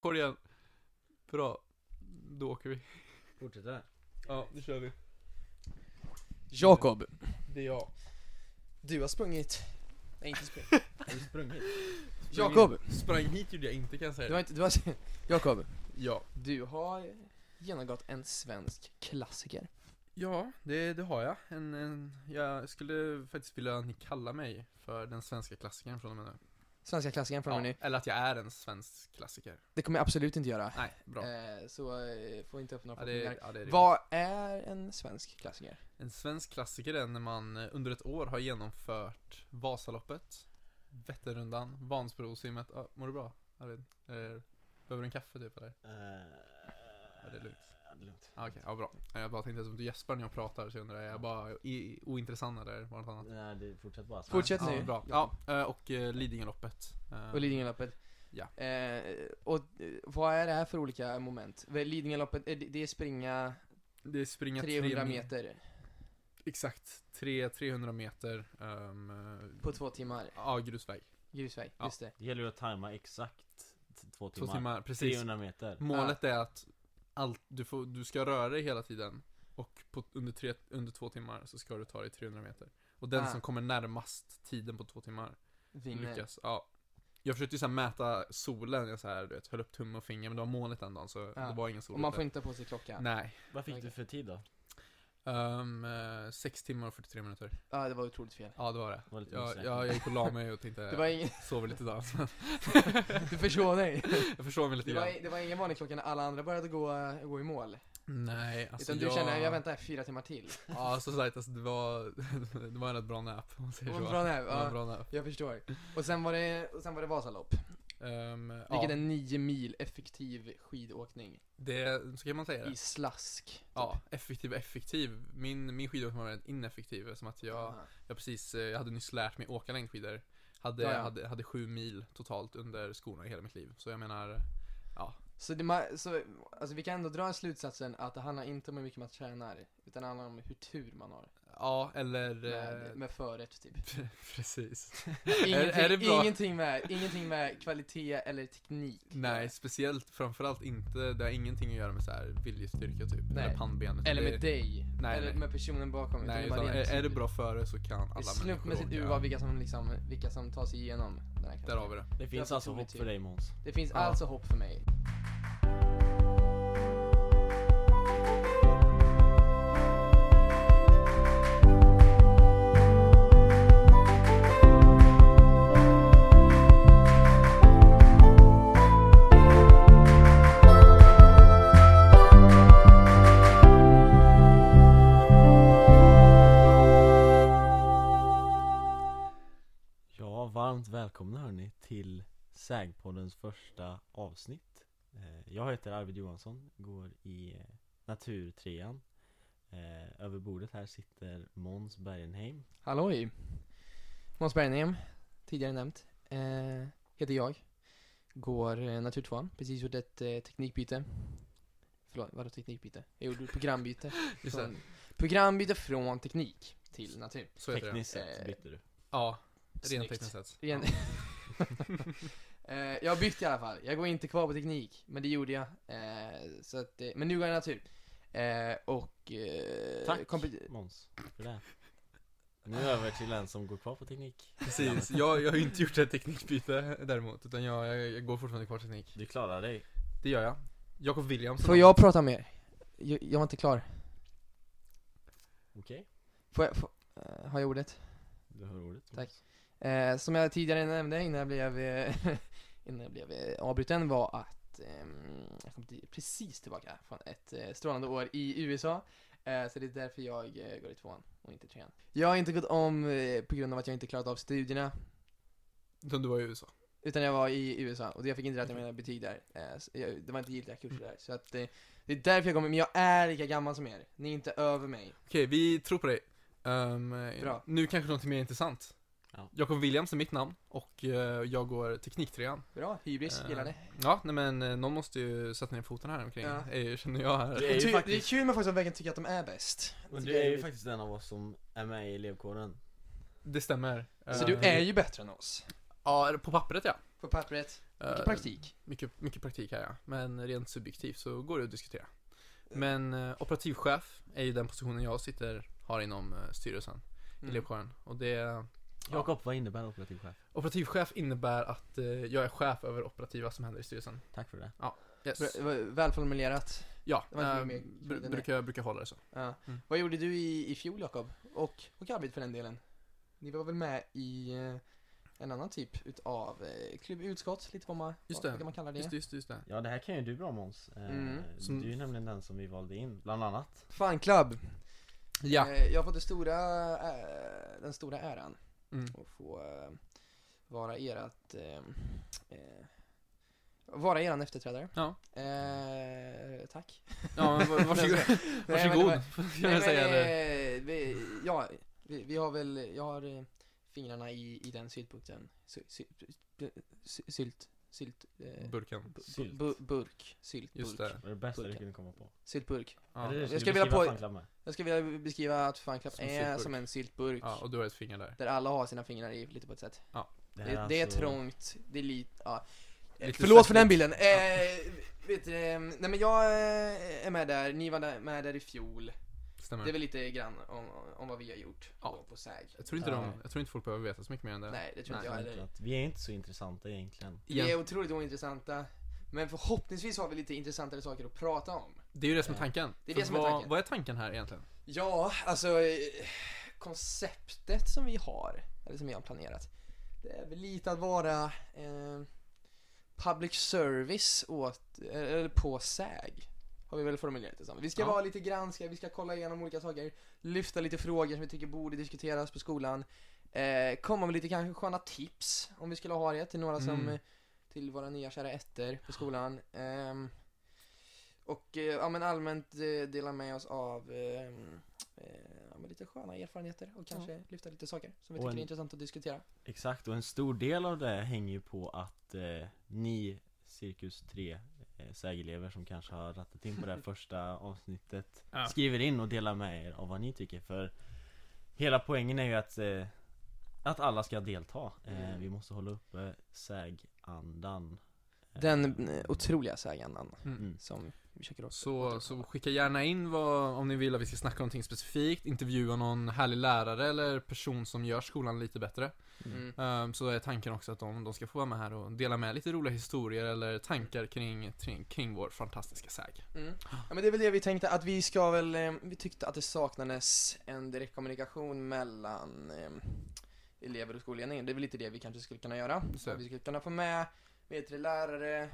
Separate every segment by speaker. Speaker 1: Kom igen. Bra. Då åker vi.
Speaker 2: Fortsätt där.
Speaker 1: Ja, nu kör vi.
Speaker 3: Jakob,
Speaker 1: Det är jag.
Speaker 3: du har sprungit. Nej inte sprungit.
Speaker 2: Har du sprungit?
Speaker 1: Sprang-
Speaker 3: Jakob,
Speaker 1: Sprang hit gjorde jag inte kan jag säga.
Speaker 3: du har inte, du har, Jakob,
Speaker 1: Ja.
Speaker 3: du har genomgått en svensk klassiker.
Speaker 1: Ja, det, det har jag. En, en, jag skulle faktiskt vilja att ni kallar mig för den svenska klassikern från och med nu.
Speaker 3: Svenska klassikern från och med
Speaker 1: ja,
Speaker 3: nu.
Speaker 1: eller att jag är en svensk klassiker.
Speaker 3: Det kommer jag absolut inte göra.
Speaker 1: Nej, bra.
Speaker 3: Eh, så eh, får inte upp några
Speaker 1: Ja, det,
Speaker 3: förhoppningar.
Speaker 1: ja, det är det.
Speaker 3: Vad är en svensk klassiker?
Speaker 1: En svensk klassiker är när man eh, under ett år har genomfört Vasaloppet, Vätternrundan, Vansbrosimmet. Ah, mår du bra? Arvid? Eh, Behöver du en kaffe typ eller?
Speaker 2: Uh,
Speaker 1: det är lugnt.
Speaker 2: Ja, det är lugnt.
Speaker 1: Ah, Okej, ja bra. Eh, Jag bara tänkte som du gäspar när jag pratar så jag undrar, är jag bara i, ointressant eller var det något annat?
Speaker 2: Nej, det fortsätt bara.
Speaker 3: Fortsätt
Speaker 1: Ja,
Speaker 3: nu.
Speaker 1: bra. Ja, eh, och eh, Lidingöloppet. Eh,
Speaker 3: Och Lidingöloppet?
Speaker 1: Ja.
Speaker 3: Eh, och eh, vad är det här för olika moment? Väl, Lidingöloppet, eh, det det är springa
Speaker 1: Det är springa
Speaker 3: 300
Speaker 1: 300
Speaker 3: meter
Speaker 1: Exakt, tre 300 meter. ehm, eh,
Speaker 3: på två timmar,
Speaker 1: Ja, grusväg.
Speaker 3: grusväg,
Speaker 1: Ja.
Speaker 3: just det.
Speaker 2: Det gäller ju att tajma exakt t-
Speaker 1: Två
Speaker 2: två timmar.
Speaker 1: timmar, precis.
Speaker 2: 300 meter.
Speaker 1: Målet är att allt, du, får, du ska röra dig hela tiden och på, under, tre, under två timmar så ska du ta dig 300 meter. Och den
Speaker 3: Ah.
Speaker 1: som kommer närmast tiden på två timmar
Speaker 3: Vinner.
Speaker 1: lyckas. Ja. Jag försökte ju så här mäta solen, jag så här, du vet, höll upp tumme och finger, men det var målet den dagen så
Speaker 3: Ah.
Speaker 1: det var ingen sol.
Speaker 3: Och man
Speaker 1: ute.
Speaker 3: får inte ha på sig klockan.
Speaker 1: Nej.
Speaker 2: Vad fick
Speaker 3: Okej.
Speaker 2: du för tid då?
Speaker 1: Um, sex timmar och 43 minuter.
Speaker 3: Ja, det var otroligt fel.
Speaker 1: Ja, det var det.
Speaker 2: Det var lite
Speaker 1: Jag,
Speaker 2: osäkert.
Speaker 1: jag, jag gick och la mig och tänkte,
Speaker 3: Det var ingen,
Speaker 1: sover lite idag.
Speaker 3: du förstår mig.
Speaker 1: Jag Eh. förstår mig lite
Speaker 3: Det
Speaker 1: grann.
Speaker 3: var, det var ingen vanlig klocka när alla andra började gå, eh, gå i mål.
Speaker 1: Nej, alltså
Speaker 3: Utan du känner, jag väntar fyra timmar till.
Speaker 1: Ja, som sagt, alltså, det var, det var en rätt bra nap, om man
Speaker 3: Det
Speaker 1: säger
Speaker 3: var
Speaker 1: så.
Speaker 3: en bra
Speaker 1: Det
Speaker 3: näv,
Speaker 1: var en
Speaker 3: ja,
Speaker 1: bra nap.
Speaker 3: jag förstår. Och sen var det, och sen var det Vasalopp.
Speaker 1: Ehm,
Speaker 3: Vilket
Speaker 1: ja,
Speaker 3: är nio mil effektiv skidåkning.
Speaker 1: det, så kan man säga
Speaker 3: I
Speaker 1: det.
Speaker 3: slask. typ.
Speaker 1: Ja, effektiv och effektiv. Min, min skidåkning var väldigt ineffektiv eftersom att jag,
Speaker 3: Aha.
Speaker 1: jag precis, eh, jag hade nyss lärt mig åka längdskidor. Hade,
Speaker 3: Ja, ja.
Speaker 1: hade, hade sju mil totalt under skorna i hela mitt liv. Så jag menar,
Speaker 3: Så, det, ma- så alltså vi kan ändå dra slutsatsen att det handlar inte om hur mycket man tränar, utan det handlar om hur tur man har
Speaker 1: ja, eller... eh,
Speaker 3: med, med förrätt typ.
Speaker 1: precis.
Speaker 3: Ingenting,
Speaker 1: är det bra?
Speaker 3: Ingenting, med, ingenting med kvalitet eller teknik.
Speaker 1: Nej, speciellt, framförallt inte, det har ingenting att göra med så här viljestyrka typ,
Speaker 3: Nej.
Speaker 1: eller pannbenet.
Speaker 3: Eller
Speaker 1: Det-
Speaker 3: med dig,
Speaker 1: nej,
Speaker 3: eller
Speaker 1: nej.
Speaker 3: med personen bakom.
Speaker 1: Nej,
Speaker 3: bara
Speaker 1: utan
Speaker 3: ren
Speaker 1: är, är det
Speaker 3: tur.
Speaker 1: bra före så kan alla
Speaker 3: Det är
Speaker 1: människor
Speaker 3: slumpmässigt
Speaker 1: åka.
Speaker 3: urval vilka som, liksom, vilka som tar sig igenom den här
Speaker 1: Där
Speaker 3: klassen.
Speaker 1: har vi det.
Speaker 2: Det finns
Speaker 3: var
Speaker 2: alltså
Speaker 3: otroligt
Speaker 2: hopp för
Speaker 3: tid.
Speaker 2: dig Måns.
Speaker 3: Det finns
Speaker 1: Ja.
Speaker 3: alltså hopp för mig.
Speaker 2: Ja, varmt välkomna hörni till Sägpoddens första avsnitt. Eh, Jag heter Arvid Johansson, går i eh, Naturtrean. Eh, Över bordet här sitter Måns Bergenheim.
Speaker 3: Halloj! Måns Bergenheim, tidigare nämnt, eh, heter jag. Går eh, naturtvåan, precis gjort ett eh, teknikbyte. Förlåt, vadå teknikbyte? Jag gjorde ett programbyte.
Speaker 1: Just det,
Speaker 3: från, programbyte från teknik till natur.
Speaker 1: så heter det.
Speaker 2: Tekniskt sett
Speaker 3: Eh,
Speaker 2: bytte du.
Speaker 1: Ja, rent
Speaker 3: Snyggt.
Speaker 1: tekniskt sett.
Speaker 3: Igen. eh, jag har bytt i alla fall. Jag går inte kvar på teknik, men det gjorde jag. Eh, så att, eh, men nu går jag natur. Eh, och... Eh,
Speaker 2: Tack
Speaker 3: kompet-
Speaker 2: Måns, för det. Nu över till en som går kvar på teknik.
Speaker 1: Precis, jag, jag har ju inte gjort ett teknikbyte däremot, utan jag, jag, jag går fortfarande kvar teknik.
Speaker 2: Du klarar dig.
Speaker 1: Det gör jag. Jakob Williams.
Speaker 3: Får jag prata mer? Jag, jag var inte klar.
Speaker 2: Okej,
Speaker 3: Får jag, får, eh, har jag ordet?
Speaker 2: du har ordet.
Speaker 3: Tack. Eh, som jag tidigare nämnde innan jag blev, eh, innan jag blev eh, avbruten var att ehm, jag kom till, precis tillbaka från ett eh, strålande år i USA. Eh, så det är därför jag eh, går i tvåan och inte trean. Jag har inte gått om eh, på grund av att jag inte klarat av studierna.
Speaker 1: Utan du var i USA.
Speaker 3: Utan jag var i USA och jag fick inte räkna mina betyg där. Eh, så jag, det var inte giltiga kurser där. Så att, eh, det är därför jag kommer, men jag är lika gammal som er. Ni är inte över mig.
Speaker 1: Okej, vi tror på dig. Ehm,
Speaker 3: Bra.
Speaker 1: Nu kanske något mer intressant.
Speaker 2: Ja.
Speaker 1: Jakob Williams är mitt namn och eh, jag går tekniktrean.
Speaker 3: Bra, hybris,
Speaker 1: Eh,
Speaker 3: gillar det.
Speaker 1: Ja, nej men eh, någon måste ju sätta ner foten här omkring,
Speaker 3: Ja.
Speaker 1: eh, känner jag här.
Speaker 2: Det är ju
Speaker 3: Det är, det är
Speaker 2: faktiskt-
Speaker 3: kul med folk som verkligen tycker att de är bäst.
Speaker 2: Men
Speaker 3: Det
Speaker 2: du är ju
Speaker 3: roligt.
Speaker 2: faktiskt den av oss som är med i elevkåren.
Speaker 1: Det stämmer.
Speaker 3: Så du
Speaker 1: Ehm,
Speaker 3: är ju bättre än oss.
Speaker 1: Ja, på pappret ja.
Speaker 3: På pappret.
Speaker 1: Eh,
Speaker 3: Mycket praktik.
Speaker 1: mycket, mycket praktik här ja. Men rent subjektivt så går det att diskutera. Men eh, operativchef är ju den positionen jag sitter, har inom eh, styrelsen i
Speaker 3: Mm.
Speaker 1: elevkåren. Och det,
Speaker 2: Jakob, vad innebär operativ chef?
Speaker 1: operativchef innebär att eh, jag är chef över operativa som händer i styrelsen.
Speaker 2: Tack för det.
Speaker 1: Yes.
Speaker 3: Bra- var- Välformulerat.
Speaker 1: Ja,
Speaker 3: Det var inte
Speaker 1: eh,
Speaker 3: mer- mer-
Speaker 1: br- brukar, jag brukar hålla det så.
Speaker 3: Ja.
Speaker 1: Mm.
Speaker 3: Vad gjorde du i, i fjol Jakob? Och, och Arvid för den delen? Ni var väl med i eh, en annan typ utav eh, klubbutskott, lite vad man,
Speaker 1: Just
Speaker 3: vad,
Speaker 1: det.
Speaker 3: vad man kallar det.
Speaker 1: Just det, just det, just det.
Speaker 2: Ja det här kan ju du bra Måns. Eh,
Speaker 3: Mm.
Speaker 1: Som-
Speaker 2: Du är ju nämligen den som vi valde in, bland annat.
Speaker 3: Fanclub!
Speaker 1: Ja,
Speaker 3: Eh, jag har fått det stora, eh, den stora äran
Speaker 1: mm.
Speaker 3: att få eh, vara erat eh, eh, vara eran efterträdare.
Speaker 1: Ja.
Speaker 3: Eh, tack.
Speaker 1: ja men va- varsågod.
Speaker 3: Nej, men det
Speaker 1: varsågod.
Speaker 3: var-
Speaker 1: kan jag säga det.
Speaker 3: eh, vi, ja, vi, vi har väl, jag har eh, fingrarna i, i den syltbukten. Sy, sy, eh, sy, sylt, sylt, eh,
Speaker 1: Burken.
Speaker 3: bu-
Speaker 2: Sylt.
Speaker 3: bu, burk, sylt,
Speaker 1: Just
Speaker 3: burk,
Speaker 1: det.
Speaker 2: Det var det bästa du
Speaker 3: Burken.
Speaker 2: kunde komma på.
Speaker 3: syltburk.
Speaker 1: Ja.
Speaker 2: Eller,
Speaker 3: Jag skulle vilja på-
Speaker 2: fanclub med.
Speaker 3: Jag skulle vilja beskriva att fanclub
Speaker 1: Som
Speaker 3: är
Speaker 1: syltburk.
Speaker 3: som en syltburk.
Speaker 1: ja, och du har ett finger där.
Speaker 3: Där alla har sina fingrar i lite på ett sätt.
Speaker 2: Det,
Speaker 3: Det,
Speaker 2: här
Speaker 3: det är
Speaker 2: alltså-
Speaker 3: trångt, det är lite, ja. Eh,
Speaker 1: Lite
Speaker 3: Förlåt
Speaker 1: svettigt.
Speaker 3: för den bilden. Eh, vet du, eh, nej men jag eh, är med där, ni var där, med där i fjol.
Speaker 1: Stämmer.
Speaker 3: Det är väl lite grann om, om vad vi har gjort
Speaker 1: Mm. Ja.
Speaker 3: på- på SÄG.
Speaker 1: Jag, tror inte
Speaker 2: Ja.
Speaker 1: de, jag tror inte folk behöver veta så mycket mer än det.
Speaker 3: Nej, det tror
Speaker 1: Nej,
Speaker 3: inte jag heller.
Speaker 2: Fanclub. Vi är inte så intressanta egentligen.
Speaker 3: Vi är
Speaker 1: Igen,
Speaker 3: otroligt ointressanta. Men förhoppningsvis har vi lite intressantare saker att prata om.
Speaker 1: det är ju det som är tanken.
Speaker 3: Det är det
Speaker 1: För
Speaker 3: som är
Speaker 1: vad,
Speaker 3: tanken.
Speaker 1: Vad är tanken här egentligen?
Speaker 3: Ja, alltså eh, konceptet som vi har, eller som vi har planerat, det är väl lite att vara eh, public service åt, eller på SÄG. Har vi väl formulerat det som. Vi ska
Speaker 1: Ja.
Speaker 3: vara lite granska, vi ska kolla igenom olika saker, lyfta lite frågor som vi tycker borde diskuteras på skolan, eh, komma med lite kanske sköna tips om vi skulle ha det till några som,
Speaker 1: Mm.
Speaker 3: eh, till våra nya kära ettor på skolan. Ehm, och eh, ja, men allmänt eh, dela med oss av ehm, eh, ja, men lite sköna erfarenheter och kanske lyfta lite saker som vi
Speaker 2: Och
Speaker 3: tycker
Speaker 2: en-
Speaker 3: är intressant att diskutera.
Speaker 2: Exakt, och en stor del av det hänger ju på att eh, ni cirkus 3 eh, sägelever som kanske har rattat in på det här första avsnittet
Speaker 1: Ja.
Speaker 2: skriver in och delar med er av vad ni tycker för hela poängen är ju att eh, att alla ska delta. Eh,
Speaker 3: Mm.
Speaker 2: Vi måste hålla uppe sägandan. Eh,
Speaker 3: Den eh, otroliga sägandan
Speaker 2: Mm.
Speaker 3: som vi försöker åt-
Speaker 1: Så,
Speaker 3: återkomma.
Speaker 1: så skicka gärna in vad, om ni vill att vi ska snacka om någonting specifikt, intervjua någon härlig lärare eller person som gör skolan lite bättre.
Speaker 3: Mm.
Speaker 1: Ehm, så är tanken också att de, de ska få vara med här och dela med lite roliga historier eller tankar kring, kring, kring vår fantastiska säg.
Speaker 3: Mm. Ja, men det är väl det vi tänkte att vi ska väl, eh, vi tyckte att det saknades en direkt kommunikation mellan eh, elever och skolledningen. Det är väl lite det vi kanske skulle kunna göra.
Speaker 1: Just det.
Speaker 3: Att Vi skulle kunna få med, vet du, lärare,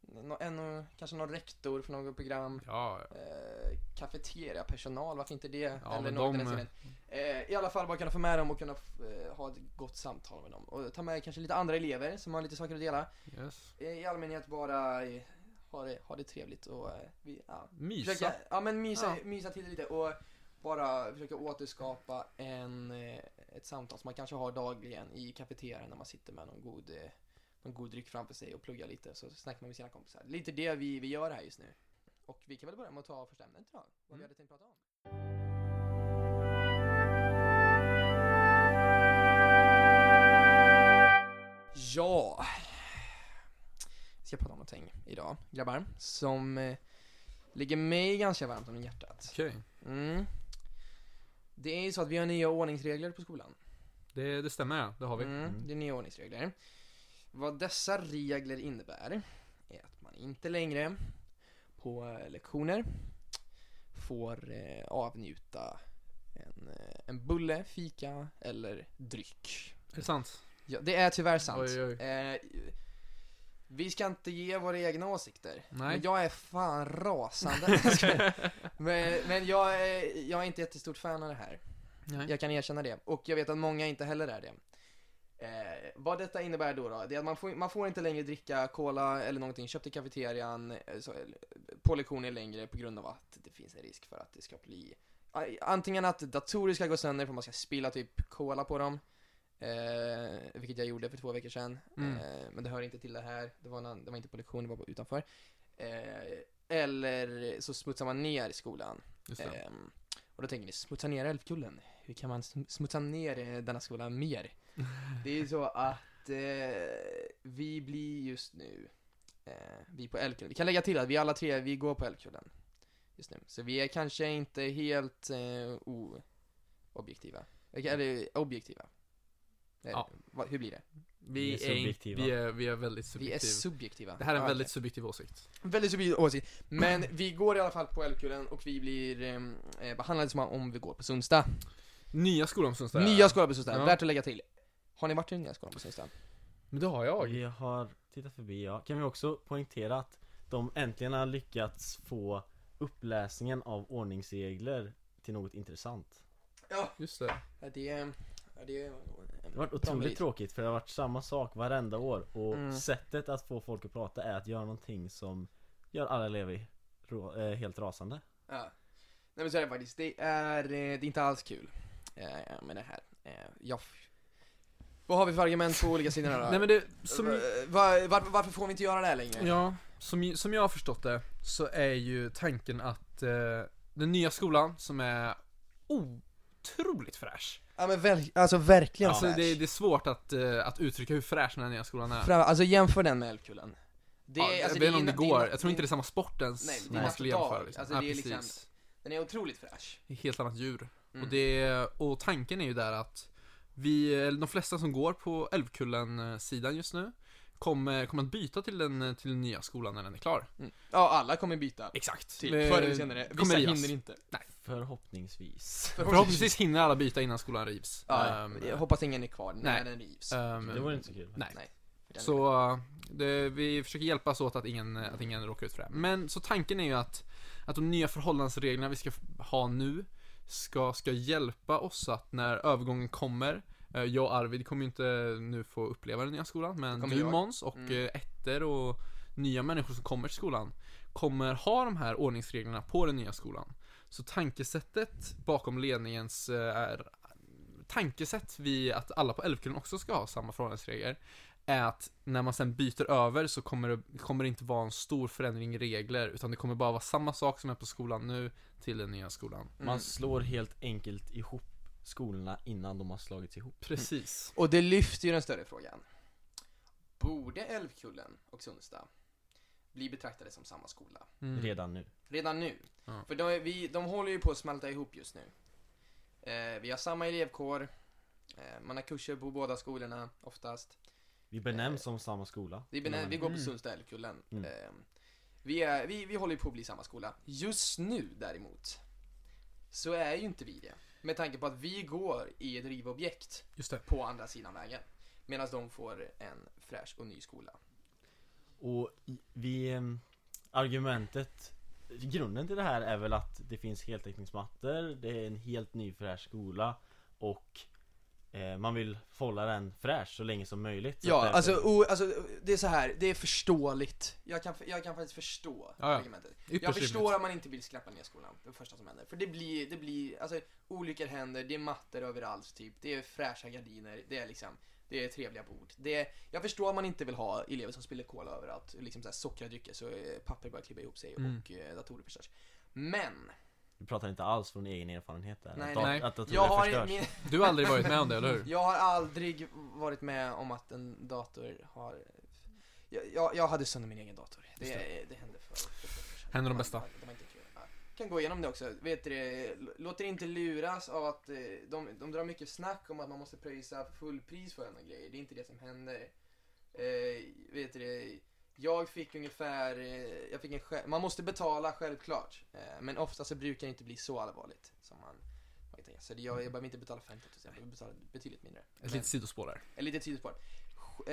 Speaker 3: nå- en, kanske någon rektor för något program.
Speaker 1: Ja,
Speaker 3: Eh, Kafeteriapersonal, varför inte det?
Speaker 1: Ja, men
Speaker 3: något i
Speaker 1: de-
Speaker 3: den stilen. eh, I alla fall bara kunna få med dem och kunna eh, ha ett gott samtal med dem. Och ta med kanske lite andra elever som har lite saker att dela.
Speaker 1: yes.
Speaker 3: Eh, I allmänhet bara eh, ha det, ha det trevligt och eh, vi, ja,
Speaker 1: Mysa.
Speaker 3: Försöka, ja men mysa,
Speaker 1: Ja.
Speaker 3: mysa till det lite och bara försöka återskapa en, eh, ett samtal som man kanske har dagligen i kafeterian när man sitter med någon god, eh, någon god dryck framför sig och pluggar lite så snackar man med sina kompisar. Lite det vi, vi gör här just nu. Och vi kan väl börja med att ta första ämnet idag, vad
Speaker 1: Mm.
Speaker 3: vi hade tänkt prata om. Ja, vi ska prata om någonting idag, grabbar, som eh, ligger mig ganska varmt om hjärtat.
Speaker 1: Okej,
Speaker 3: Mm. Det är ju så att vi har nya ordningsregler på skolan.
Speaker 1: det, det stämmer ja, det har vi.
Speaker 3: Mm,
Speaker 2: Mm.
Speaker 3: det är nya ordningsregler. Vad dessa regler innebär är att man inte längre på eh, lektioner får eh, avnjuta en, eh, en bulle, fika eller dryck.
Speaker 1: Är det sant?
Speaker 3: Ja, det är tyvärr sant.
Speaker 1: Oj, oj.
Speaker 3: Eh, vi ska inte ge våra egna åsikter. Men
Speaker 1: Nej.
Speaker 3: jag är fan rasande. Jag skojar. men men jag, är, jag är inte jättestort fan av det här.
Speaker 1: Nej.
Speaker 3: Jag kan erkänna det. Och jag vet att många inte heller är det. Eh, vad detta innebär då, då det är att man får, man får inte längre dricka cola eller någonting köpt i kafeterian eh, så, eller, på lektioner längre på grund av att det finns en risk för att det ska bli aj, antingen att datorer ska gå sönder för man ska spilla typ cola på dem, eh, vilket jag gjorde för två veckor sedan,
Speaker 1: Mm.
Speaker 3: eh, men det hör inte till det här, det var, en, ann- det var inte på lektion, det var på, utanför. Eh, eller så smutsar man ner skolan.
Speaker 1: Just det.
Speaker 3: Ehm, och då tänker ni, smutsa ner Älvkullen. Hur kan man sm- smutsa ner eh, denna skola mer? Det är ju så att eh, vi blir just nu, eh, vi på Älvkullen. Vi kan lägga till att vi alla tre, vi går på Älvkullen just nu. Så vi är kanske inte helt eh, oobjektiva. Eller objektiva. Eh,
Speaker 1: Ja.
Speaker 3: vad- hur blir det?
Speaker 1: Vi,
Speaker 2: Vi är
Speaker 1: är in-
Speaker 2: subjektiva.
Speaker 1: vi, är, vi är väldigt
Speaker 3: Vi är
Speaker 1: subjektiva.
Speaker 3: subjektiva.
Speaker 1: det här är en
Speaker 3: Ja,
Speaker 1: väldigt
Speaker 3: okej.
Speaker 1: subjektiv åsikt.
Speaker 3: väldigt subjektiv åsikt. Men vi går i alla fall på Älvkullen och vi blir eh, behandlade som om vi går på Sundsta.
Speaker 1: Nya skolan på Sundsvall.
Speaker 3: Nya skolan på Sundsta,
Speaker 1: Ja.
Speaker 3: värt att lägga till. Har ni varit i nya skolan på Sundsta?
Speaker 1: Men det har jag.
Speaker 2: Vi har tittat förbi ja. Kan vi också poängtera att de äntligen har lyckats få uppläsningen av ordningsregler till något intressant.
Speaker 1: Just det.
Speaker 3: Ja, det, ja, det,
Speaker 2: Det har varit otroligt tråkigt för det har varit samma sak varenda år och
Speaker 3: Mm.
Speaker 2: sättet att få folk att prata är att göra någonting som gör alla elever rå- eh, helt rasande.
Speaker 3: Ja. Nej men så är det faktiskt, det är, eh, det är inte alls kul eh, med det här. Eh, jag, f- vad har vi för argument på olika sidor här då?
Speaker 1: Nej men det, som,
Speaker 3: Eh, va- var, varför får vi inte göra det här längre?
Speaker 1: Ja, som, som jag har förstått det så är ju tanken att eh, den nya skolan som är otroligt fräsch.
Speaker 3: Ja, men verk- alltså verkligen
Speaker 1: Alltså
Speaker 3: fräsch.
Speaker 1: det, det är svårt att, eh, att uttrycka hur fräsch den här nya skolan är.
Speaker 3: Fram, alltså jämför den med Älvkullen. Det,
Speaker 1: ja,
Speaker 3: alltså,
Speaker 1: jag vet inte om det
Speaker 3: ina-
Speaker 1: går,
Speaker 3: ina-
Speaker 1: jag tror inte det är samma sport ens
Speaker 3: Nej, det är
Speaker 1: när man skulle
Speaker 3: inaktuellt.
Speaker 1: jämföra. Liksom.
Speaker 3: Alltså,
Speaker 1: ja,
Speaker 3: det är
Speaker 1: precis.
Speaker 3: liksom- Den är otroligt fräsch.
Speaker 1: Det är Helt annat djur.
Speaker 3: Mm.
Speaker 1: Och, det, och tanken är ju där att vi, eller de flesta som går på Älvkullen-sidan just nu kommer, kommer att byta till den, till den nya skolan när den är klar.
Speaker 3: Mm. Ja, alla kommer byta.
Speaker 1: Exakt.
Speaker 3: Typ,
Speaker 1: Eh,
Speaker 3: förr eller senare.
Speaker 1: kommer
Speaker 3: Vissa
Speaker 1: rivas.
Speaker 3: hinner inte.
Speaker 2: Förhoppningsvis.
Speaker 1: Förhoppningsvis hinner alla byta innan skolan rivs.
Speaker 3: Ja,
Speaker 1: Ehm,
Speaker 3: jag hoppas ingen är kvar när
Speaker 1: nej.
Speaker 3: den rivs.
Speaker 1: ehm,
Speaker 2: Det var inte så kul.
Speaker 1: nej.
Speaker 3: För den är-
Speaker 1: Så eh, det, vi försöker hjälpas åt att ingen, att ingen råkar ut för det. Men så tanken är ju att, att de nya förhållandsreglerna vi ska f- ha nu ska, ska hjälpa oss att när övergången kommer eh, jag och Arvid kommer ju inte nu få uppleva den nya skolan, men
Speaker 3: Kommer
Speaker 1: du
Speaker 3: jag.
Speaker 1: Måns och
Speaker 3: Mm.
Speaker 1: mm. ettor och nya människor som kommer till skolan kommer ha de här ordningsreglerna på den nya skolan. Så tankesättet bakom ledningens eh, är, tankesätt vi att alla på Älvkullen också ska ha samma förhållningsregler är att när man sen byter över så kommer det, kommer det inte vara en stor förändring i regler utan det kommer bara vara samma sak som är på skolan nu till den nya skolan.
Speaker 3: Mm.
Speaker 2: Man slår helt enkelt ihop skolorna innan de har slagits ihop.
Speaker 1: Precis.
Speaker 3: Och det lyfter ju den större frågan. Borde Älvkullen och Sundsta bli betraktade som samma skola?
Speaker 1: Mm.
Speaker 2: Redan nu.
Speaker 3: Redan nu.
Speaker 1: Ja.
Speaker 3: För de, är- vi, de håller ju på att smälta ihop just nu. Eh, vi har samma elevkår, eh, man har kurser på båda skolorna oftast.
Speaker 2: Vi benämns som samma skola.
Speaker 3: Eh, Vi, benä- vi går på
Speaker 1: Mm.
Speaker 3: Sundsta Älvkullen.
Speaker 2: Mm.
Speaker 3: Eh, vi, är, vi, vi håller ju på att bli samma skola. Just nu däremot, så är ju inte vi det. Med tanke på att vi går i ett rivobjekt
Speaker 1: Just det.
Speaker 3: på andra sidan vägen. Medan de får en fräsch och ny skola.
Speaker 2: Och i- vi, ehm, argumentet, grunden till det här är väl att det finns heltäckningsmattor, det är en helt ny fräsch skola och eh, man vill hålla den fräsch så länge som möjligt. Så att
Speaker 3: Ja,
Speaker 2: därför-
Speaker 3: alltså, o, alltså det är så här, det är förståeligt. Jag kan, jag kan faktiskt förstå
Speaker 1: Ja, ja.
Speaker 3: argumentet.
Speaker 1: Ytterst
Speaker 3: Jag förstår
Speaker 1: rimligt.
Speaker 3: att man inte vill skräppa ner skolan, det första som händer. För det blir, det blir, alltså olyckor händer, det är mattor överallt typ, det är fräscha gardiner, det är liksom, det är trevliga bord. Det är, jag förstår att man inte vill ha elever som spiller kola överallt, liksom såhär sockerdrycker så eh, papper börjar klibba ihop sig
Speaker 1: Mm.
Speaker 3: och eh, datorer förstörs. Men,
Speaker 2: Du pratar inte alls från egen erfarenhet där.
Speaker 3: Nej,
Speaker 2: att, dat-
Speaker 1: nej.
Speaker 2: att datorer
Speaker 3: jag har,
Speaker 2: förstörs.
Speaker 3: min,
Speaker 1: Du har aldrig varit med om det, eller hur?
Speaker 3: jag har aldrig varit med om att en dator har jag, jag, jag hade sönder min egen dator. Det,
Speaker 1: Just
Speaker 3: det. hände för, för, för för-
Speaker 1: Händer de
Speaker 3: var-
Speaker 1: bästa.
Speaker 3: var- det var inte kul. Ja. Kan gå igenom det också. Vet du, det, låter inte luras av att eh, de, de drar mycket snack om att man måste pröjsa fullpris för några grejer. Det är inte det som händer. Eh, vet du, det, jag fick ungefär, eh, jag fick en själv, man måste betala självklart. Eh, men ofta så brukar det inte bli så allvarligt som man, man kan tänka sig. Det- Jag, jag behöver inte betala 15 000, jag behöver betala betydligt mindre.
Speaker 1: Ett
Speaker 3: Men-
Speaker 1: litet sidospår där.
Speaker 3: ett litet sidospår. Sk-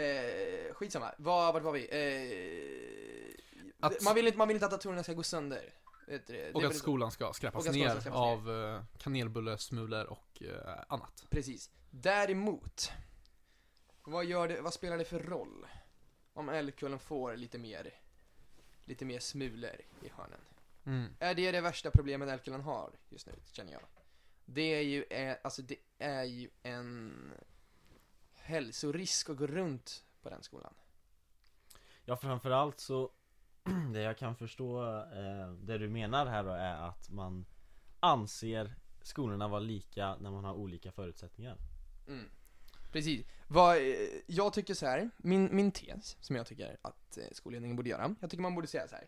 Speaker 3: Eh, skitsamma, var, vart var vi? Eh,
Speaker 1: Att-
Speaker 3: man, vill inte, man vill inte att datorerna ska gå sönder. Vet du det? Det är
Speaker 1: Och
Speaker 3: väl-
Speaker 1: att skolan ska skräpas
Speaker 3: och att skolan ska
Speaker 1: ner
Speaker 3: skräpas
Speaker 1: av eh, kanelbullesmulor och eh, annat.
Speaker 3: Precis. Däremot, vad, gör det, vad spelar det för roll om Älvkullen får lite mer, lite mer smulor i hörnen? Är det det värsta problemet Älvkullen har just nu, känner jag? Det är ju, eh, alltså det är ju en hälsorisk att gå runt på den skolan.
Speaker 2: Ja framförallt så Det jag kan förstå eh, Det du menar här då är att man Anser skolorna vara lika när man har olika förutsättningar
Speaker 3: Mm. Precis. Vad, eh, jag tycker så här, min, min tes som jag tycker att eh, skolledningen borde göra. Jag tycker man borde säga så här.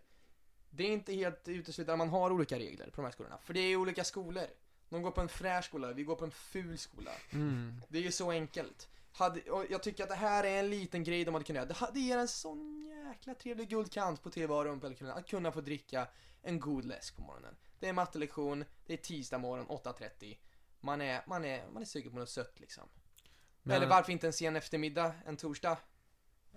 Speaker 3: Det är inte helt uteslutet att man har olika regler på de här skolorna, för det är olika skolor. De går på en fräsch skola, vi går på en ful skola.
Speaker 1: Mm.
Speaker 3: Det är ju så enkelt. Hade, och jag tycker att det här är en liten grej de hade kunnat göra. Det, ha- det ger en sån jäkla trevlig guldkant på tillvaron på helkvällen. Att kunna få dricka en god läsk på morgonen. Det är mattelektion, det är tisdag morgon 8.30. Man är, man, är, man är sugen på något sött liksom.
Speaker 1: Men-
Speaker 3: Eller varför inte en sen eftermiddag, en torsdag?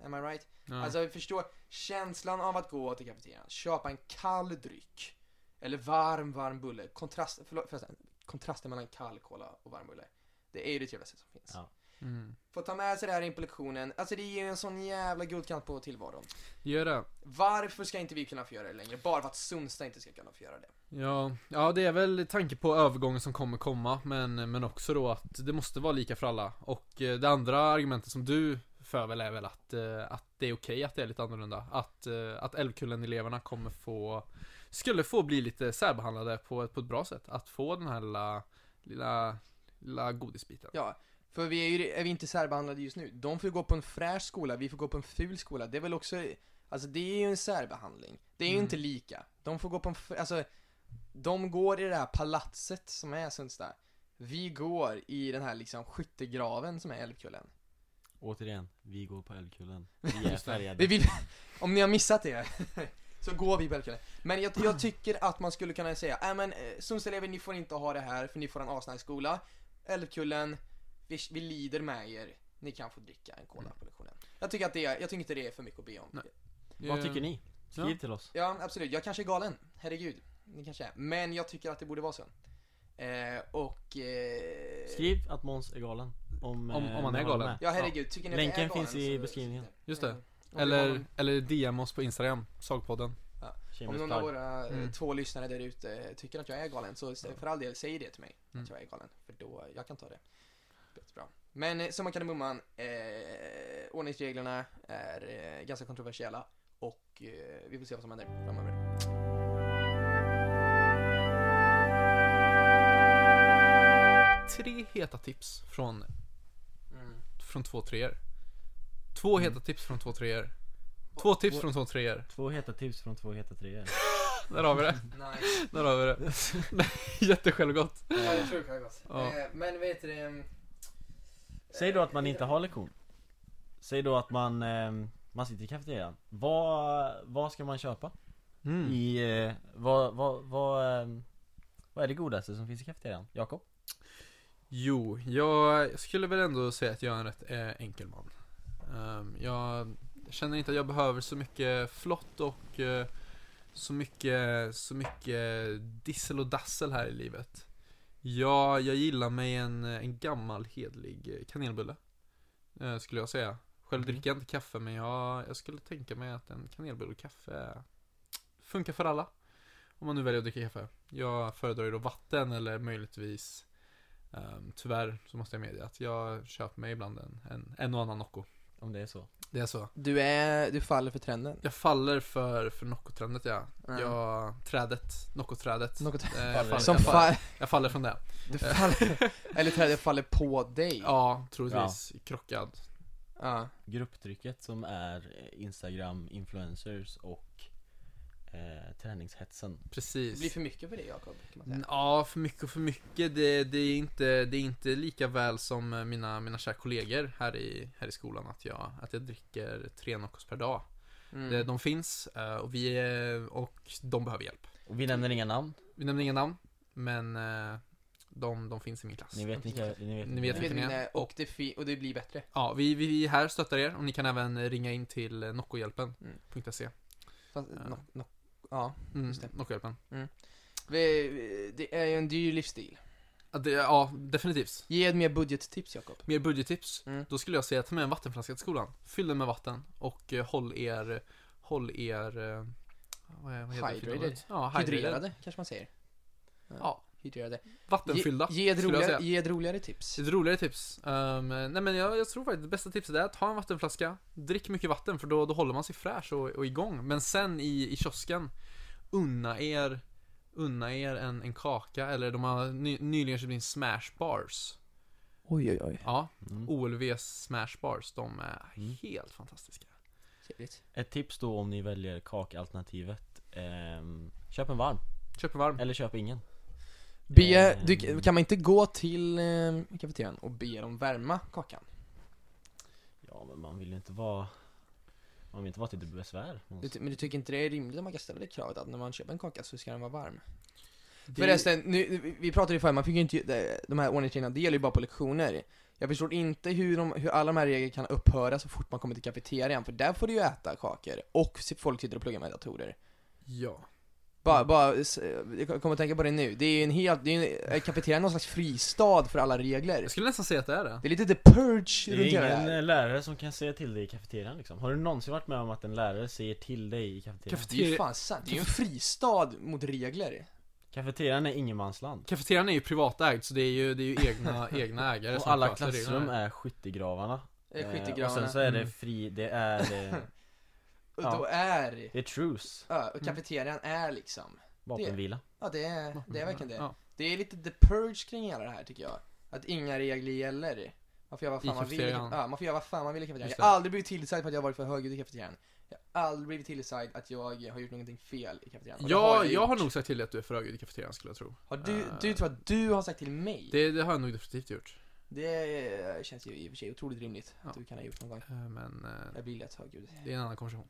Speaker 3: Am I right?
Speaker 1: Ja.
Speaker 3: Alltså förstå känslan av att gå till kafeterian, köpa en kall dryck. Eller varm, varm bulle. Kontrast, förlåt, förresten, kontrasten mellan kall cola och varm bulle. Det är ju det trevligaste som finns.
Speaker 2: Ja.
Speaker 1: mm.
Speaker 3: Få ta med sig det här in på lektionen. Alltså det ger ju en sån jävla guldkant på tillvaron.
Speaker 1: Gör det.
Speaker 3: Varför ska inte vi kunna få göra det längre? Bara för att Sundsta inte ska kunna få göra det.
Speaker 1: Ja, ja, det är väl tanke på övergången som kommer komma, men, men också då att det måste vara lika för alla. Och eh, det andra argumentet som du för väl är väl att, eh, att det är okej att det är lite annorlunda. Att, eh, att Älvkullen-eleverna kommer få, skulle få bli lite särbehandlade på, ett- på ett bra sätt. Att få den här lilla, lilla, lilla godisbiten.
Speaker 3: Ja, för vi är ju är vi inte särbehandlade just nu. De får ju gå på en fräsch skola, vi får gå på en ful skola. Det är väl också, alltså det är ju en särbehandling. Det är ju
Speaker 1: Mm.
Speaker 3: inte lika. De får gå på en, fr- alltså, de går i det här palatset som är Sundsta. Vi går i den här liksom skyttegraven som är Älvkullen.
Speaker 2: Återigen, vi går på Älvkullen Vi är färgade
Speaker 3: Vi vill, om ni har missat det, så går vi på Älvkullen. Men jag, jag tycker att man skulle kunna säga, nej men eh, Sundsvallelever ni får inte ha det här för ni får en asnice skola. Älvkullen, vi, vi lider med er. Ni kan få dricka en cola på lektionen. Jag tycker, att det är, jag tycker inte det är för mycket att be om.
Speaker 1: Nej.
Speaker 2: Vad tycker ni? Skriv
Speaker 1: Ja.
Speaker 2: till oss
Speaker 3: Ja, absolut. Jag kanske är galen. Herregud. Ni kanske är. Men jag tycker att det borde vara så. Eh, och... Eh,
Speaker 2: Skriv att Måns är galen Om, eh,
Speaker 1: Om- om han
Speaker 2: ni
Speaker 1: är
Speaker 2: håller
Speaker 1: galen.
Speaker 2: med.
Speaker 3: Ja, herregud. Tycker ni att jag är
Speaker 2: Länken
Speaker 3: galen,
Speaker 2: finns i
Speaker 3: så-
Speaker 2: beskrivningen.
Speaker 1: Just det.
Speaker 3: Mm. Och vi har-
Speaker 1: Eller, eller DM oss på Instagram, Sagpodden.
Speaker 3: Om
Speaker 2: Shameless
Speaker 3: någon av
Speaker 2: plug.
Speaker 3: våra eh,
Speaker 1: Mm.
Speaker 3: två lyssnare där ute tycker att jag är galen, så s- för all del, säg det till mig.
Speaker 1: Mm.
Speaker 3: Att jag är galen, för då, jag kan ta det. det bra. Men eh, summan kardemumman, eh, ordningsreglerna är eh, ganska kontroversiella och eh, vi får se vad som händer framöver.
Speaker 1: Tre heta tips från
Speaker 3: Mm.
Speaker 1: från två treor. Två heta tips från två treor. Två tips från två treor.
Speaker 2: Två heta tips från två heta treor
Speaker 1: Där har vi det.
Speaker 3: Nice.
Speaker 1: Där har vi det. Nej, Jättesjälvgott.
Speaker 3: Ja, det tror jag gott.
Speaker 1: Ja.
Speaker 3: Eh, men vet du det?
Speaker 2: Säg då att man inte har lektion Säg då att man, ehm, man sitter i kafeterian Vad, vad ska man köpa?
Speaker 1: Mm.
Speaker 2: I, eh, vad, vad, vad, ehm, vad är det godaste som finns i kafeterian? Jakob?
Speaker 1: Jo, jag skulle väl ändå säga att jag är en rätt eh, enkel man. Ehm, jag känner inte att jag behöver så mycket flott och eh, så mycket, så mycket dissel och dassel här i livet. Ja, jag gillar mig en, en gammal hedlig eh, kanelbulle. eh, skulle jag säga. Själv dricker jag inte kaffe men jag, jag skulle tänka mig att en kanelbulle och kaffe funkar för alla. Om man nu väljer att dricka kaffe. Jag föredrar ju då vatten eller möjligtvis Ehm, tyvärr så måste jag medge att jag köper mig ibland en, en, en och annan Nocco.
Speaker 2: Om det är så
Speaker 1: Det är så.
Speaker 3: Du, är, du faller för trenden.
Speaker 1: Jag faller för, för Nocco-trendet ja.
Speaker 3: Mm.
Speaker 1: Jag, trädet, Nocco-trädet.
Speaker 3: Något
Speaker 1: Eh, jag, faller,
Speaker 3: som
Speaker 1: jag, faller,
Speaker 3: fa-
Speaker 1: jag faller från det.
Speaker 3: du faller, eller trenden faller på dig.
Speaker 1: Ja, troligtvis krockad.
Speaker 3: Ja.
Speaker 2: Grupptrycket som är eh, Instagram influencers och eh, träningshetsen
Speaker 3: Det blir
Speaker 1: Precis. Mm,
Speaker 3: för mycket för dig Jakob, kan man säga.
Speaker 1: Ja, för mycket och för mycket. Det, det, är, inte, det är inte lika väl som eh, mina, mina kära kollegor här i, här i skolan att jag, att jag dricker tre Noccos per dag.
Speaker 3: Mm.
Speaker 1: Det- De finns eh, och, vi, är- och de behöver hjälp.
Speaker 2: Och vi nämner inga namn
Speaker 1: Vi nämner inga namn, men eh, de, de finns i min klass.
Speaker 2: Ni vet vilka, ni vet,
Speaker 1: Ni
Speaker 2: vilka
Speaker 1: vet
Speaker 3: Du
Speaker 2: det är.
Speaker 3: vet,
Speaker 1: vilka ni är.
Speaker 3: nej, eh, och, det fi- och det blir bättre.
Speaker 1: Ja, vi, vi, vi här stöttar er och ni kan även ringa in till eh,
Speaker 3: Mm.
Speaker 1: Noccohjälpen.se.
Speaker 3: Fast,
Speaker 1: Ja.
Speaker 3: no, no, ja.
Speaker 1: Mm,
Speaker 3: Just det.
Speaker 1: Noccohjälpen.
Speaker 3: Vi, vi- det är ju en dyr livsstil.
Speaker 1: Ja, det- Ja, definitivt.
Speaker 3: Ge ett mer budgettips Jakob.
Speaker 1: Mer budgettips.
Speaker 3: Mm.
Speaker 1: Då skulle jag säga ta med en vattenflaska till skolan. Fyll den med vatten och eh, håll er, håll er, eh, vad, är, vad heter det fina
Speaker 3: Hydrated.
Speaker 1: ordet? Ja, hydrated.
Speaker 3: Hydrerade kanske man säger.
Speaker 1: Ja,
Speaker 3: Hydrerade.
Speaker 1: vattenfyllda.
Speaker 3: Ge, ge, ett,
Speaker 1: skulle jag
Speaker 3: roligare,
Speaker 1: säga.
Speaker 3: ge ett roligare tips.
Speaker 1: Ett roligare tips. Ehm, nej men jag, jag tror faktiskt det bästa tipset är att ha en vattenflaska. Drick mycket vatten för då, då håller man sig fräsch och, och igång. Men sen i, i kiosken, unna er, unna er en, en kaka eller de har ny, nyligen köpt in smash bars.
Speaker 3: Oj, oj, oj.
Speaker 1: Ja,
Speaker 2: Mm.
Speaker 1: OLVs smashbars, de är
Speaker 2: Mm.
Speaker 1: helt fantastiska.
Speaker 3: Trevligt.
Speaker 2: Ett tips då om ni väljer kakalternativet ehm, Köp en varm,
Speaker 1: Köper varm.
Speaker 2: eller köp ingen
Speaker 3: Be,
Speaker 1: Mm.
Speaker 2: Ehm.
Speaker 3: du, kan man inte gå till eh, kafeterian och be dem värma kakan?
Speaker 2: Ja men man vill ju inte vara Man vill inte vara till besvär
Speaker 3: Du, ty- men du tycker inte det är typ- rimligt att man kan ställa det kravet att när man köper en kaka så ska den vara varm?
Speaker 1: Det-
Speaker 3: Förresten, nu, vi- vi pratade ju förut, man fick ju inte, de- de här ordningsreglerna, det gäller ju bara på lektioner. Jag förstår inte hur, de, hur alla de här reglerna kan upphöra så fort man kommer till kafeterian, för där får du ju äta kakor och se- folk sitter och pluggar med datorer.
Speaker 1: Ja.
Speaker 2: Mm.
Speaker 3: Bara, bara, s- jag kommer att tänka på det nu, det är ju en helt, det är ju en, är kafeterian någon slags fristad för alla regler?
Speaker 1: Jag skulle nästan säga att det är det.
Speaker 3: Det är lite the purge
Speaker 2: Det är
Speaker 3: runt hela det
Speaker 2: ingen
Speaker 3: här.
Speaker 2: eh, lärare som kan säga till dig i kafeterian liksom Har du någonsin varit med om att en lärare säger till dig i kafeterian?
Speaker 3: Det är ju
Speaker 1: Kafeter...
Speaker 3: fan sant, det är ju en fristad mot regler. eh,
Speaker 2: Kafeterian är ingenmansland
Speaker 1: Kafeterian är ju privatägd, så det är ju, det är ju egna, egna ägare
Speaker 2: Och
Speaker 1: som
Speaker 2: alla
Speaker 1: sköter reglerna.
Speaker 2: klassrum är skyttegravarna
Speaker 3: Eh,
Speaker 2: Eh,
Speaker 3: Skyttegravarna.
Speaker 2: Och sen så är det
Speaker 1: Mm.
Speaker 2: fri, det är eh,
Speaker 3: Och då är,
Speaker 2: Det är truce,
Speaker 3: ja, och kafeterian är liksom,
Speaker 2: vapenvila
Speaker 3: ja det är, det är verkligen det.
Speaker 1: Ja.
Speaker 3: Det är lite the purge kring hela det här tycker jag. Att inga regler gäller. Man får göra vad
Speaker 1: I
Speaker 3: fan man vill. i
Speaker 1: kafeterian.
Speaker 3: kaf- Ja, man får göra vad fan man vill i kafeterian.
Speaker 1: Just
Speaker 3: Jag
Speaker 1: det.
Speaker 3: har aldrig blivit tillsagd för att jag har varit för högljudd i kafeterian. Jag har aldrig blivit tillsagd att jag har gjort någonting fel i kafeterian. Och det
Speaker 1: Ja,
Speaker 3: jag
Speaker 1: jag har
Speaker 3: gjort.
Speaker 1: nog sagt till dig att du är för högljudd i kafeterian skulle jag tro.
Speaker 3: Har du,
Speaker 1: Eh,
Speaker 3: du tror att du har sagt till mig? Det,
Speaker 1: Det, det har jag nog definitivt gjort.
Speaker 3: det känns ju i och för sig otroligt rimligt att
Speaker 1: Ja.
Speaker 3: du kan ha gjort någon gång.
Speaker 1: Eh, Men eh,
Speaker 3: Jag blir lätt högljudd.
Speaker 1: det är en annan konversation.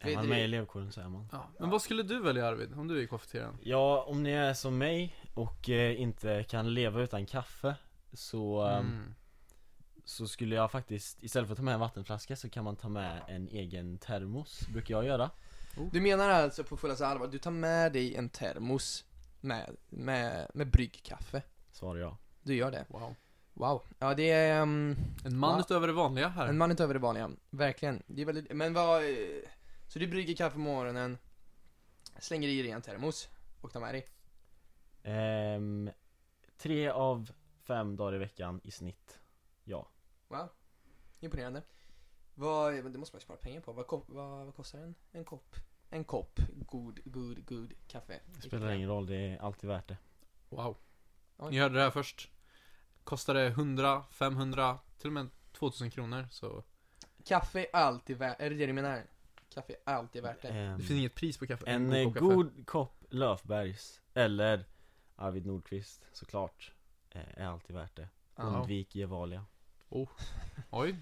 Speaker 2: Är
Speaker 3: Vet
Speaker 2: man
Speaker 3: du-
Speaker 2: med i elevkåren så är man
Speaker 1: Ja. Men vad skulle du välja Arvid, om du är i kafeterian?
Speaker 2: Ja, om ni är som mig och eh, inte kan leva utan kaffe så, eh,
Speaker 1: Mm.
Speaker 2: så skulle jag faktiskt, istället för att ta med en vattenflaska så kan man ta med en egen termos, brukar jag göra
Speaker 3: Du menar alltså på fullaste allvar, du tar med dig en termos med, med, med bryggkaffe?
Speaker 2: Svarar jag
Speaker 3: Du gör det?
Speaker 1: Wow.
Speaker 3: Wow. Ja, det är... ehm,
Speaker 1: En man
Speaker 3: Wow.
Speaker 1: utöver det vanliga här.
Speaker 3: En man utöver det vanliga, verkligen. Det är väldigt, men vad, eh, så du brygger kaffe på morgonen, slänger i ren termos och tar med dig?
Speaker 2: Ehm, Tre av fem dagar i veckan i snitt Ja
Speaker 3: Wow, imponerande. Vad, men det måste man ju spara pengar på. Vad, ko- vad, vad kostar en, en kopp? En kopp god, god, god kaffe.
Speaker 2: Det spelar ingen roll, det är alltid värt det
Speaker 1: Wow.
Speaker 3: Oj.
Speaker 1: Ni hörde det här först. Kostar det 100, 500, till och med 2000 kronor så
Speaker 3: Kaffe är alltid värt, är det det du menar? Kaffe är alltid värt det.
Speaker 2: Ehm,
Speaker 1: det finns inget pris på kaffe.
Speaker 2: En eh,
Speaker 1: kopp kaffe.
Speaker 2: god kopp Löfbergs eller Arvid Nordqvist såklart eh, Är alltid värt det
Speaker 1: Ja.
Speaker 2: Undvik Gevalia
Speaker 1: Oj,
Speaker 3: Ja,
Speaker 2: eh,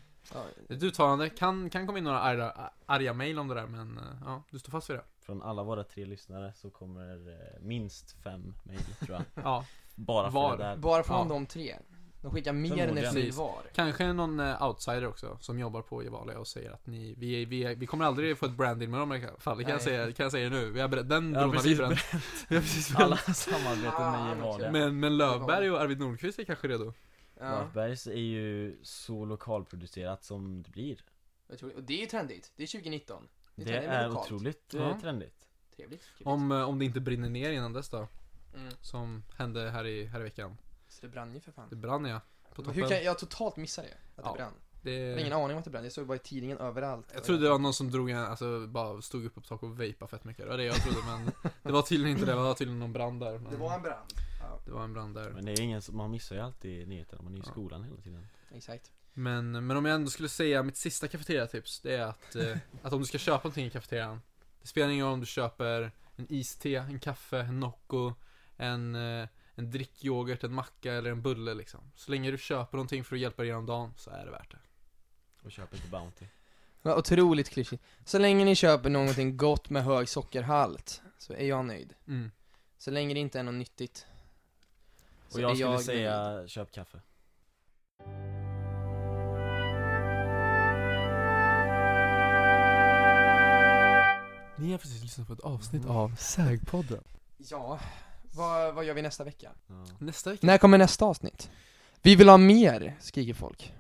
Speaker 1: ett uttalande. Kan, kan komma in några arga, arga mail om det där men eh, ja, du står fast vid det.
Speaker 2: Från alla våra tre lyssnare så kommer eh, minst fem mejl tror jag
Speaker 1: Ja,
Speaker 2: Bara
Speaker 1: Var.
Speaker 2: för det där
Speaker 3: Bara från
Speaker 1: Ja.
Speaker 3: de tre. De skickar mer än
Speaker 2: Förmodligen.
Speaker 3: ett mil
Speaker 1: Precis.
Speaker 3: var.
Speaker 1: kanske någon eh, outsider också som jobbar på Gevalia och säger att ni, vi, är- vi, är- vi kommer aldrig få ett brand in med dem i alla fall. Det kan jag
Speaker 3: Nej.
Speaker 1: säga, kan jag säga nu. Vi har, ber- den
Speaker 2: Ja,
Speaker 1: bron har vi
Speaker 2: precis.
Speaker 1: bränt. Vi har precis
Speaker 2: Alla
Speaker 1: bränt.
Speaker 2: samarbeten med Gevalia
Speaker 1: Men, men Löfberg och Arvid Nordqvist är kanske redo.
Speaker 3: Ja.
Speaker 2: Löfbergs är ju så lokalproducerat som det blir
Speaker 3: Jag tror, och det är ju trendigt. Det är 2019.
Speaker 2: Det,
Speaker 3: trendigt med
Speaker 2: är
Speaker 3: lokalt.
Speaker 2: otroligt eh,
Speaker 1: Ja.
Speaker 2: trendigt
Speaker 3: Trevligt. kul.
Speaker 1: Om, eh, om det inte brinner ner innan dess då,
Speaker 3: Mm.
Speaker 1: som hände här i, här i veckan.
Speaker 3: Så det brann ju för
Speaker 1: Det
Speaker 3: fan.
Speaker 1: brann ja, på toppen.
Speaker 3: Hur kan jag totalt missa det? Att
Speaker 1: Ja.
Speaker 3: det brann. Jag hade
Speaker 1: det...
Speaker 3: ingen aning om att det brann. Jag såg bara i tidningen överallt.
Speaker 1: Jag trodde det var någon som drog en, alltså bara stod upp på tak och vejpade fett mycket. Det var det jag trodde men det var tydligen inte det, det var tydligen någon brand där. Men
Speaker 3: Det var en brand. Ja,
Speaker 1: det var en brand där.
Speaker 2: Men det är ingen som, man missar ju alltid nyheterna, man är i
Speaker 1: Ja.
Speaker 2: skolan hela tiden
Speaker 3: exakt.
Speaker 1: Men, men om jag ändå skulle säga mitt sista kafeteriatips, det är att, eh, att om du ska köpa någonting i kafeterian, det spelar ingen roll om du köper en iste, en kaffe, en Nocco, en, eh, en drickyoghurt, en macka eller en bulle liksom. Så länge du köper någonting för att hjälpa dig genom dagen så är det värt det.
Speaker 2: Och köper inte Bounty
Speaker 3: Ja, otroligt klyschigt. Så länge ni köper någonting gott med hög sockerhalt så är jag nöjd.
Speaker 1: Mm.
Speaker 3: Så länge det inte är något nyttigt.
Speaker 2: Och
Speaker 3: så
Speaker 2: jag
Speaker 3: är
Speaker 2: skulle
Speaker 3: nöjd.
Speaker 2: säga, köp kaffe
Speaker 1: Ni har precis lyssnat på ett
Speaker 2: avsnitt
Speaker 1: av Sägpodden.
Speaker 3: Ja, vad, vad gör vi nästa vecka?
Speaker 2: ja.
Speaker 1: Nästa vecka
Speaker 3: När kommer nästa avsnitt? Vi vill ha mer, skriker folk.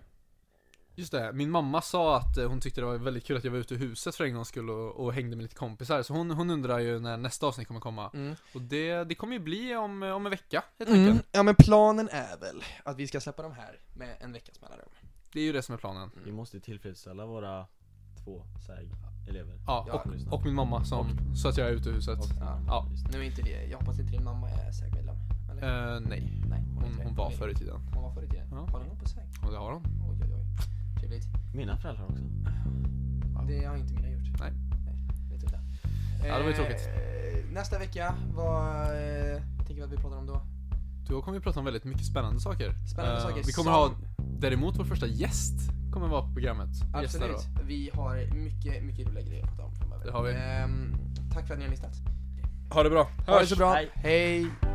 Speaker 1: Just det, min mamma sa att eh, hon tyckte det var väldigt kul att jag var ute i huset för en gångs skull och, och hängde med lite kompisar. Så hon, hon undrar ju när nästa avsnitt kommer komma.
Speaker 3: Mm.
Speaker 1: Och det, det kommer ju bli om, eh, om en vecka, helt enkelt.
Speaker 3: Mm. Ja men planen är väl att vi ska släppa de här med en veckas mellanrum. Mm.
Speaker 1: Det är ju det som är planen.
Speaker 2: Vi måste tillfredsställa våra två SÄG-elever
Speaker 1: Ja,
Speaker 3: Ja,
Speaker 1: och, och min mamma som, så att jag är ute i huset.
Speaker 2: Och-
Speaker 3: Ja.
Speaker 1: Ja.
Speaker 2: just det.
Speaker 3: Nu är inte det, jag hoppas inte din mamma är SÄG-medlem, eller?
Speaker 1: Eh, nej,
Speaker 3: Nej, hon, är
Speaker 1: hon,
Speaker 3: inte
Speaker 1: hon
Speaker 3: det.
Speaker 1: var
Speaker 3: Nej,
Speaker 1: förr i tiden.
Speaker 3: Hon var förr i tiden.
Speaker 1: Ja.
Speaker 3: Har du någon på säng?
Speaker 1: Och det har hon.
Speaker 3: Oj, oj, oj. Trevligt.
Speaker 2: Mina föräldrar också.
Speaker 3: Det har inte mina gjort.
Speaker 1: Nej.
Speaker 3: Vet du det?
Speaker 1: Ja, det var ju tråkigt.
Speaker 3: Eh, nästa vecka, vad eh, tänker vi att vi pratar om då?
Speaker 1: Då kommer vi prata om väldigt mycket spännande saker.
Speaker 3: Spännande
Speaker 1: Eh,
Speaker 3: saker.
Speaker 1: Vi kommer ha, däremot vår första gäst kommer vara på programmet. Gästerna
Speaker 3: Absolut.
Speaker 1: då.
Speaker 3: Vi har mycket, mycket roliga grejer att prata om framöver.
Speaker 1: Det har vi.
Speaker 3: Ehm, tack för att ni har lyssnat.
Speaker 1: Ha det bra.
Speaker 3: Ha det så bra.
Speaker 2: Hej.
Speaker 3: Hej.